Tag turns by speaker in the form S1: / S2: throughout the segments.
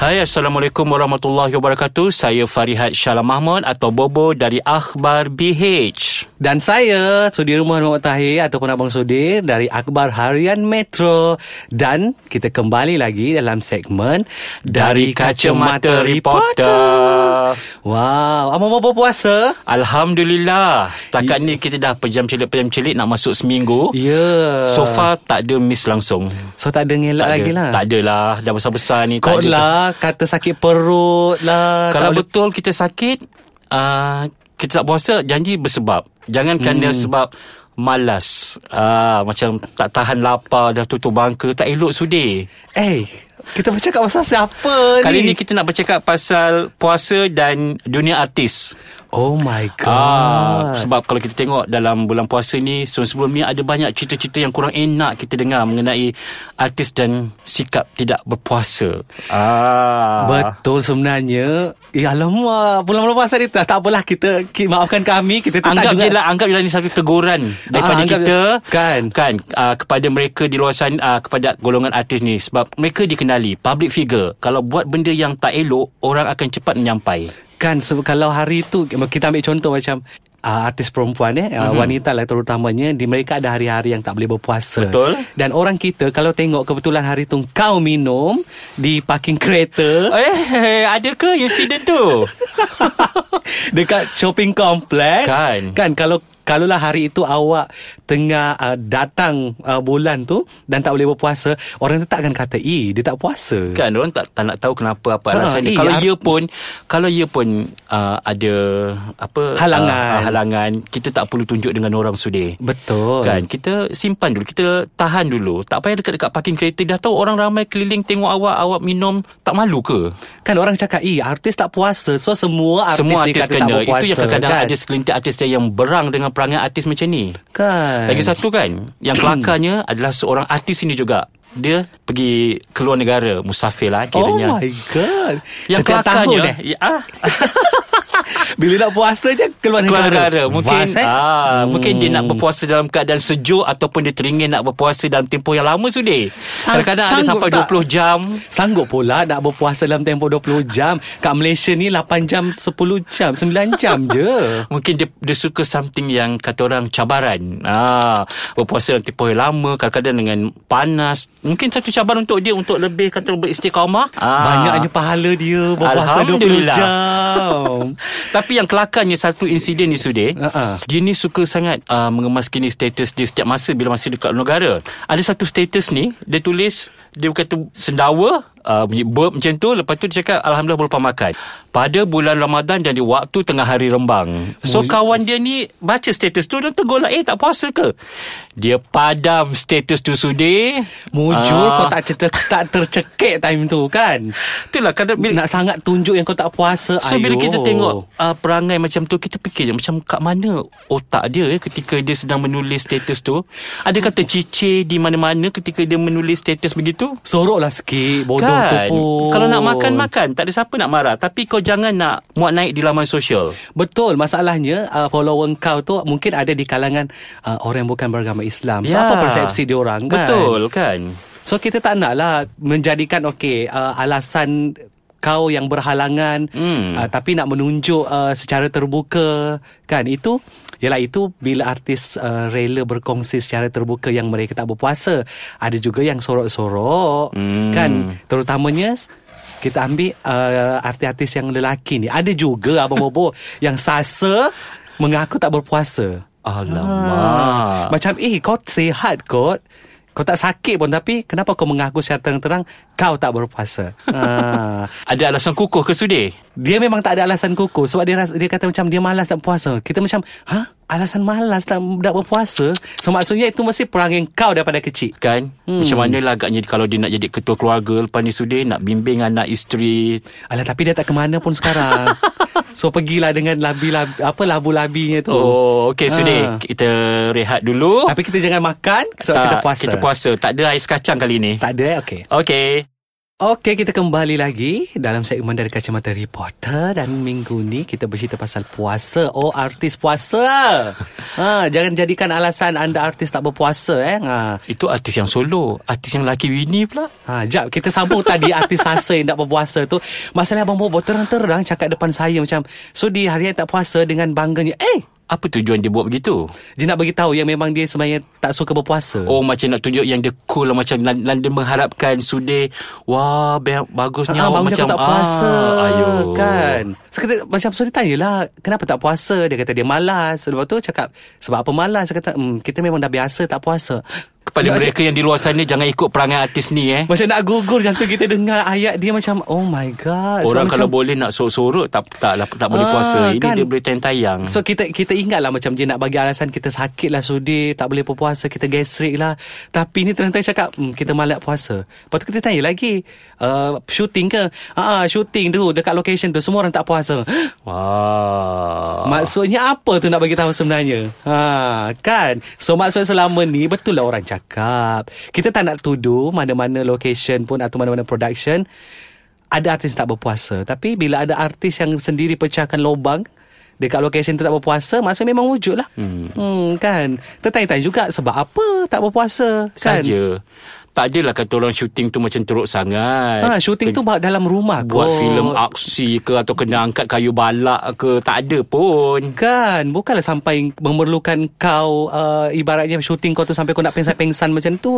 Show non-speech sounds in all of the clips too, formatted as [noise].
S1: Hai Assalamualaikum warahmatullahi wabarakatuh Saya Farihat Shalom Mahmud Atau Bobo dari Akhbar BH
S2: Dan saya Sudir Rumah Muhammad Tahir Ataupun Abang Sudir Dari Akhbar Harian Metro Dan kita kembali lagi dalam segmen
S1: Dari Kacamata Reporter
S2: Wow Abang Bobo puasa?
S1: Alhamdulillah Setakat ni kita dah pejam celik-pejam celik Nak masuk seminggu
S2: Ya yeah.
S1: So far tak ada miss langsung
S2: So tak ada ngelak
S1: tak
S2: lagi
S1: ada,
S2: lah
S1: Tak ada lah Dah besar-besar ni tak
S2: Kot
S1: ada.
S2: lah Kata sakit perut lah
S1: Kalau
S2: tak boleh-
S1: betul kita sakit uh, Kita tak puasa Janji bersebab Jangan kerana
S2: Hmm.
S1: sebab Malas uh, Macam tak tahan lapar Dah tutup bangka Tak elok sudi
S2: Eh Kita bercakap pasal siapa
S1: Kali ni
S2: ni?
S1: kita nak bercakap pasal puasa dan dunia artis.
S2: Oh my
S1: Ah,
S2: god
S1: sebab kalau kita tengok dalam bulan puasa ni sebelum sebelum ni ada banyak cerita-cerita yang kurang enak kita dengar mengenai artis dan sikap tidak berpuasa. Ah.
S2: Betul sebenarnya Eh alamak Bulan-bulan puasa ni tak, tak apalah kita, kita Maafkan kami Kita tetap
S1: Anggap
S2: juga
S1: je lah Anggap je lah ni satu teguran Daripada
S2: Ah, anggap-
S1: kita
S2: kan.
S1: Kan uh, Kepada mereka di luar sana uh, Kepada golongan artis ni Sebab mereka dikenali Public figure Kalau buat benda yang tak elok Orang akan cepat menyampai
S2: Kan sebab kalau hari tu Kita ambil contoh macam uh, Artis perempuan eh
S1: Mhm.
S2: uh, Wanita lah terutamanya Di mereka ada hari-hari yang tak boleh berpuasa
S1: Betul.
S2: Dan orang kita Kalau tengok kebetulan hari tu Kau minum Di parking kereta
S1: Eh, ada ke insiden tu? [laughs]
S2: [laughs] Dekat shopping complex
S1: Kan.
S2: Kan kalau Kalaulah hari itu awak tengah uh, datang uh, bulan tu dan tak boleh berpuasa, orang tu tak akan kata, "Ih, dia tak puasa."
S1: kan orang tak, tak nak tahu kenapa apa
S2: Ha,
S1: alasan dia.
S2: eh,
S1: Kalau
S2: ar-
S1: ia pun kalau ia pun uh, ada apa
S2: Halangan.
S1: uh, halangan, kita tak perlu tunjuk dengan orang sudir.
S2: Betul.
S1: Kan kita simpan dulu, kita tahan dulu. Tak payah dekat-dekat parking kereta dah tahu orang ramai keliling tengok awak, awak minum tak malu ke?
S2: Kan orang cakap, "Eh, artis tak puasa." So semua artis
S1: Semua
S2: dia
S1: artis
S2: kata tak
S1: kena.
S2: berpuasa.
S1: Itu yang kadang-kadang
S2: kan?
S1: ada sekelintir artis dia yang berang dengan perangai artis macam ni.
S2: Kan.
S1: Lagi satu kan
S2: [clears throat]
S1: Yang kelakarnya adalah seorang artis ini juga Dia pergi keluar negara Musafir lah
S2: Oh
S1: kiranya
S2: my god.
S1: Yang
S2: Setiap
S1: kelakarnya
S2: tahun eh.
S1: ya, ah,
S2: Bila nak puasa je keluar
S1: Keluar
S2: negara.
S1: negara Mungkin
S2: Vast, eh? Hmm.
S1: ah, Mungkin dia nak berpuasa dalam keadaan sejuk Ataupun dia teringin nak berpuasa dalam tempoh yang lama sudah
S2: Sang-
S1: Kadang-kadang ada
S2: sanggup
S1: sampai
S2: tak?
S1: 20 jam
S2: Sanggup pula nak berpuasa dalam tempoh 20 jam. Kat Malaysia ni 8 jam, 10 jam, 9 jam je.
S1: Mungkin dia, dia suka something yang kata orang cabaran. Ah, berpuasa dalam tempoh yang lama, kadang-kadang dengan panas. Mungkin satu cabaran untuk dia untuk lebih kata orang beristiqamah. Ah.
S2: Banyaknya pahala dia berpuasa 20
S1: Alhamdulillah.
S2: jam.
S1: Tapi yang kelakarnya satu insiden ni Sudir
S2: Ha-ha.
S1: uh-uh. Dia ni suka sangat uh, mengemaskini status dia setiap masa Bila masih dekat luar negara Ada satu status ni Dia tulis Dia kata sendawa uh, bunyi burp macam tu Lepas tu dia cakap Alhamdulillah berlepas makan Pada bulan Ramadan dan di waktu tengah hari rembang So kawan dia ni baca status tu Dan tegur lah Eh tak puasa ke? Dia padam status tu Sudir
S2: Mujur
S1: Ah,
S2: kau tak, cer- tak tercekik time tu kan?
S1: Itulah kadang bila,
S2: Nak sangat tunjuk yang kau tak puasa.
S1: So
S2: Ayuh.
S1: bila kita tengok uh, perangai macam tu Kita fikir je macam kat mana otak dia eh, Ketika dia sedang menulis status tu Ada kata cicir di mana-mana ketika dia menulis status begitu
S2: Soroklah sikit bodoh tu
S1: Kan
S2: pun.
S1: Kalau nak makan makan Tak ada siapa nak marah Tapi kau jangan nak Muat naik di laman sosial
S2: Betul masalahnya uh, follower kau tu mungkin ada di kalangan uh, orang yang bukan beragama Islam. So
S1: Ya.
S2: apa persepsi dia orang kan?
S1: Betul kan
S2: So kita tak naklah menjadikan okey uh, alasan kau yang berhalangan
S1: Hmm.
S2: uh, tapi nak menunjuk uh, secara terbuka kan itu Yalah itu bila artis uh, rela berkongsi secara terbuka yang mereka tak berpuasa. Ada juga yang sorok-sorok
S1: Hmm.
S2: kan terutamanya kita ambil uh, artis-artis yang lelaki ni. Ada juga
S1: [laughs]
S2: abang bobo yang sasa mengaku tak berpuasa. Ah.
S1: Alamak
S2: Macam eh kau sihat kot Kau tak sakit pun Tapi kenapa kau mengaku secara terang-terang Kau tak berpuasa ah.
S1: Ada alasan kukuh ke Sudir?
S2: Dia memang tak ada alasan kukuh Sebab dia ras- dia kata macam Dia malas nak puasa Kita macam Ha? Alasan malas tak, tak berpuasa So maksudnya itu mesti perangai kau daripada kecil
S1: Kan hmm. Macam mana lah agaknya Kalau dia nak jadi ketua keluarga Lepas ni Sudir Nak bimbing anak isteri
S2: Alah tapi dia tak ke mana pun sekarang So pergilah dengan labi-labi Apa labu-labinya tu
S1: Oh, okey
S2: Ah.
S1: Sudir Kita rehat dulu
S2: Tapi kita jangan makan Sebab
S1: tak,
S2: kita puasa
S1: Kita puasa. Tak ada ais kacang kali ni.
S2: Tak ada eh? Okay
S1: Okey.
S2: Okey, kita kembali lagi dalam segmen dari Kacamata Reporter dan minggu ni kita bercerita pasal puasa. Oh, artis puasa. ha, jangan jadikan alasan anda artis tak berpuasa eh. Ha.
S1: Itu artis yang solo Artis yang lelaki Winnie pula
S2: Ha, jap kita sambung tadi artis rasa yang tak berpuasa tu. Masalah abang Bobo terang-terang cakap depan saya macam, so di hari yang tak puasa dengan bangganya, eh,
S1: Apa tujuan dia buat begitu
S2: dia nak bagi tahu yang memang dia sebenarnya tak suka berpuasa.
S1: Oh macam nak tunjuk yang dia cool lah Macam Lon- London mengharapkan Sudir Wah be- bagusnya
S2: Ah,
S1: awak
S2: bangun macam
S1: macam
S2: tak puasa
S1: ah,
S2: ayo.
S1: Ayo
S2: Kan So kita macam So dia tanyalah Kenapa tak puasa Dia kata dia malas Lepas tu cakap Sebab apa malas Saya kata mm, Kita memang dah biasa tak puasa
S1: Kepada
S2: Macam-
S1: mereka yang di luar sana Jangan ikut perangai artis ni eh
S2: [laughs] Macam nak gugur Macam tu kita dengar ayat dia macam Oh my god
S1: Orang
S2: Sebab
S1: kalau
S2: macam,
S1: boleh nak sorot-sorot tak tak, lah, tak, tak boleh
S2: Ah,
S1: puasa. Ini
S2: kan.
S1: dia boleh tayang.
S2: So kita kita ingat lah macam dia nak bagi alasan kita sakit lah sudi tak boleh berpuasa kita gastrik lah tapi ni terang-terang cakap hmm, kita malas puasa. Lepas tu kita tanya lagi uh, shooting ke? Ah uh, shooting tu dekat location tu semua orang tak puasa.
S1: Wah.
S2: Maksudnya apa tu nak bagi tahu sebenarnya? Ha, kan? So maksudnya selama ni betul lah orang cakap. Kita tak nak tuduh mana-mana location pun atau mana-mana production ada artis tak berpuasa. Tapi bila ada artis yang sendiri pecahkan lubang dekat location tu tak berpuasa, maksudnya memang wujud lah. Hmm. hmm kan? Tertanya-tanya juga sebab apa tak berpuasa. Kan?
S1: saja. Tak adalah kata orang syuting tu macam teruk sangat.
S2: Ha, syuting tu dalam rumah
S1: buat
S2: kot.
S1: filem aksi ke atau kena angkat kayu balak ke tak ada pun.
S2: Kan Bukanlah sampai Memerlukan kau uh, Ibaratnya syuting kau tu Sampai kau nak pengsan-pengsan macam tu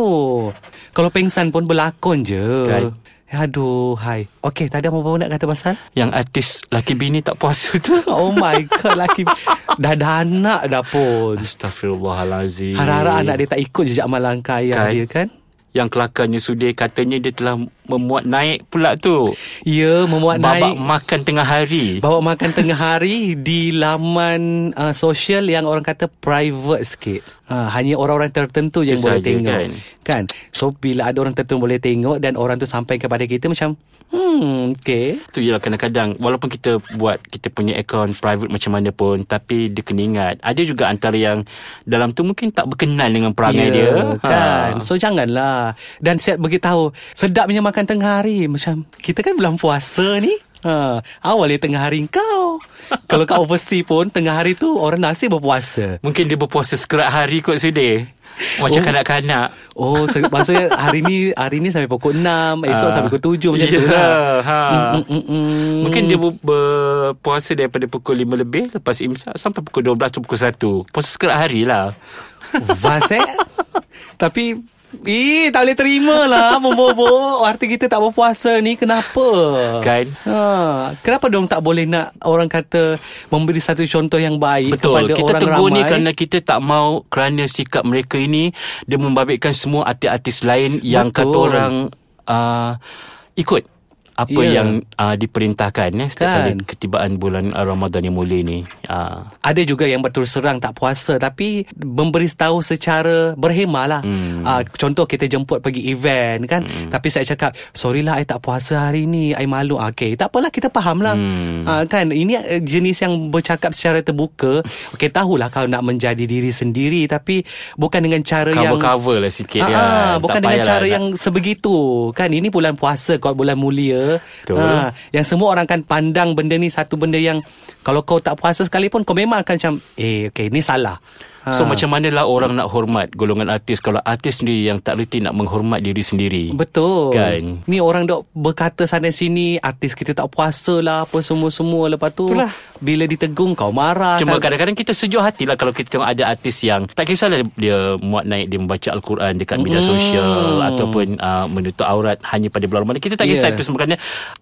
S2: Kalau pengsan pun berlakon je
S1: Kan.
S2: Aduh Hai Okay tadi apa-apa nak kata pasal [laughs]
S1: Yang artis laki bini tak puasa tu.
S2: Oh my god laki Dah ada anak dah pun
S1: Astaghfirullahalazim.
S2: Harap-harap anak dia tak ikut jejak malangkah
S1: Kan.
S2: ayah dia kan
S1: yang kelakarnya Sudir katanya dia telah memuat naik pula tu.
S2: Ya memuat
S1: Babak
S2: naik
S1: makan tengah hari.
S2: Bawa makan tengah hari di laman uh, sosial yang orang kata private sikit. Uh, hanya orang-orang tertentu yang
S1: Itu
S2: boleh
S1: sahaja,
S2: tengok.
S1: kan?
S2: Kan? So bila ada orang tertentu boleh tengok dan orang tu sampai kepada kita macam hmm okey.
S1: Tu ialah kadang-kadang walaupun kita buat kita punya account private macam mana pun tapi dia kena ingat ada juga antara yang dalam tu mungkin tak berkenan dengan perangai
S2: Ya,
S1: dia
S2: kan.
S1: ha.
S2: So janganlah. Dan siap beritahu sedapnya makan tengah hari macam kita kan bulan puasa ni. Ha, awalnya tengah hari kau. Kalau kat overseas pun tengah hari tu orang nasi berpuasa.
S1: mungkin dia berpuasa sekerat hari kot sedih macam
S2: Oh.
S1: kanak-kanak
S2: Oh, se- maksudnya hari ni hari ni sampai pukul 6,
S1: Ah.
S2: esok sampai pukul 7 macam tu
S1: Ya,
S2: lah.
S1: ha.
S2: Mm, mm, mm.
S1: Mungkin dia ber- berpuasa daripada pukul 5 lebih Lepas imsak sampai pukul 12 atau pukul 1 Puasa sekerat hari lah
S2: Vas eh Tapi Eh tak boleh terima lah Bobo-bobo Arti kita tak berpuasa ni Kenapa
S1: Kan.
S2: ha, Kenapa dong tak boleh nak Orang kata Memberi satu contoh yang baik
S1: Betul
S2: Kepada
S1: Kita
S2: orang
S1: tegur
S2: ramai
S1: ni kerana kita tak mau Kerana sikap mereka ini Dia membabitkan semua artis-artis lain Yang
S2: Betul.
S1: kata orang uh, Ikut apa
S2: Ya.
S1: yeah. yang uh, diperintahkan eh, setiap
S2: Kan.
S1: kali ketibaan bulan uh, Ramadan yang mulia ni. Uh,
S2: ada juga yang berterus terang tak puasa tapi memberi tahu secara berhemah lah. Hmm. Uh, contoh kita jemput pergi event kan hmm. tapi saya cakap sorry lah I tak puasa hari ni I malu. Ah, Okay tak apalah kita faham lah. Hmm. Uh, kan ini eh, jenis yang bercakap secara terbuka. Okay tahulah kau nak menjadi diri sendiri tapi bukan dengan cara yang
S1: cover-cover lah sikit
S2: Ah,
S1: kan.
S2: ah, bukan
S1: Tak
S2: dengan
S1: payahlah
S2: cara
S1: nak-
S2: yang sebegitu kan ini bulan puasa kau bulan mulia
S1: Betul.
S2: Ah, yang semua orang akan pandang benda ni satu benda yang kalau kau tak puasa sekali pun kau memang akan macam eh okey ni salah
S1: So
S2: Ah,
S1: macam manalah orang nak hormat golongan artis kalau artis sendiri yang tak reti nak menghormat diri sendiri.
S2: Betul lah,
S1: Kan.
S2: Ni orang dok berkata sana sini Artis kita tak puasa lah Apa semua-semua Lepas tu
S1: Itulah.
S2: Bila ditegung kau marah
S1: Cuma
S2: kan?
S1: kadang-kadang kita sejuk hati lah kalau kita tengok ada artis yang tak kisahlah dia muat naik dia membaca Al-Quran dekat media
S2: Mm.
S1: sosial ataupun uh, menutup aurat hanya pada bulan Ramadan. Kita tak kisah
S2: Yeah.
S1: itu sebenarnya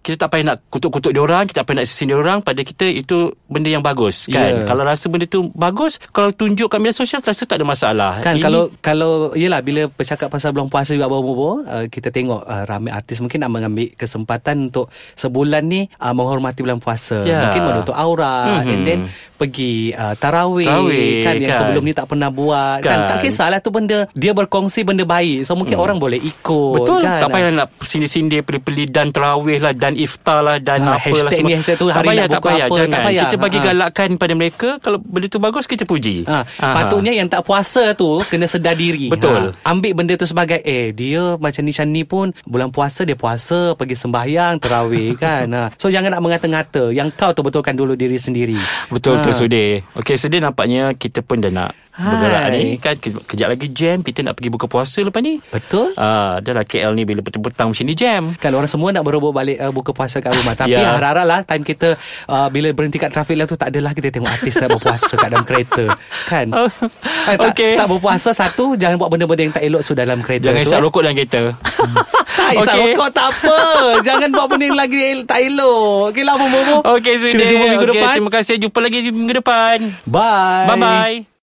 S1: kita tak payah nak kutuk-kutuk dia orang, kita tak payah nak sisi dia orang pada kita itu benda yang bagus kan.
S2: Yeah.
S1: Kalau rasa benda tu bagus, kalau tunjuk kat media sosial rasa tak ada masalah. Ini-
S2: Kan kalau kalau yelah bila bercakap pasal bulan puasa juga bobo uh, kita tengok uh, ramai artis mungkin nak mengambil kesempatan untuk sebulan ni uh, menghormati bulan puasa.
S1: Ya.
S2: Mungkin menutup aurat
S1: Mhm.
S2: and then pergi uh, tarawih,
S1: Tarawih,
S2: kan yang
S1: kan.
S2: sebelum ni tak pernah buat. Kan,
S1: Kan. Hmm.
S2: tak kisahlah tu benda dia berkongsi benda baik. So mungkin orang boleh ikut
S1: Betul
S2: kan.
S1: Tak payah nak sindir-sindir Pilih-pilih dan terawih lah Dan iftar lah Dan
S2: Ah,
S1: ha, apalah
S2: hashtag
S1: semua.
S2: ni, hashtag tu,
S1: tak
S2: hari
S1: payah,
S2: nak
S1: tak
S2: buka
S1: payah
S2: apa, tak
S1: Jangan
S2: payah.
S1: Kita bagi
S2: Ha.
S1: galakan pada mereka Kalau benda tu bagus Kita puji
S2: Ha,
S1: Ah,
S2: ha. Patutnya yang tak puasa tu kena sedar diri.
S1: Betul.
S2: Ha. Ambil benda tu sebagai eh dia macam ni macam ni pun bulan puasa dia puasa, pergi sembahyang,
S1: [laughs]
S2: tarawih kan. Ha. So jangan nak mengata-ngata. Yang kau tu betulkan dulu diri sendiri.
S1: Betul ha. tu Sudir Okay Sudir nampaknya Kita pun dah nak
S2: Ah. Hai.
S1: Bergerak ni kan Ke- Kejap lagi jam Kita nak pergi buka puasa lepas ni
S2: Betul?
S1: Ah, dah lah KL ni Bila petang-petang macam ni jam
S2: Kalau orang semua nak berobok balik uh, buka puasa kat rumah Tapi yeah.
S1: Ya.
S2: harap-harap lah time kita uh, Bila berhenti kat trafik lah tu Tak adalah kita tengok artis nak berpuasa kat dalam kereta Kan
S1: [laughs] Oh,
S2: eh, tak,
S1: okay.
S2: tak berpuasa satu Jangan buat benda-benda yang tak elok sudah dalam kereta
S1: Jangan
S2: tu,
S1: isap
S2: eh.
S1: rokok dalam [laughs] kereta
S2: Tak isap
S1: Okey.
S2: okay. rokok tak
S1: [laughs]
S2: apa Jangan buat benda yang lagi el- tak elok Okay lah Bobo
S1: Okay Sudir
S2: Kita jumpa minggu
S1: Okey,
S2: depan
S1: Terima kasih Jumpa lagi minggu depan
S2: Bye
S1: Bye-bye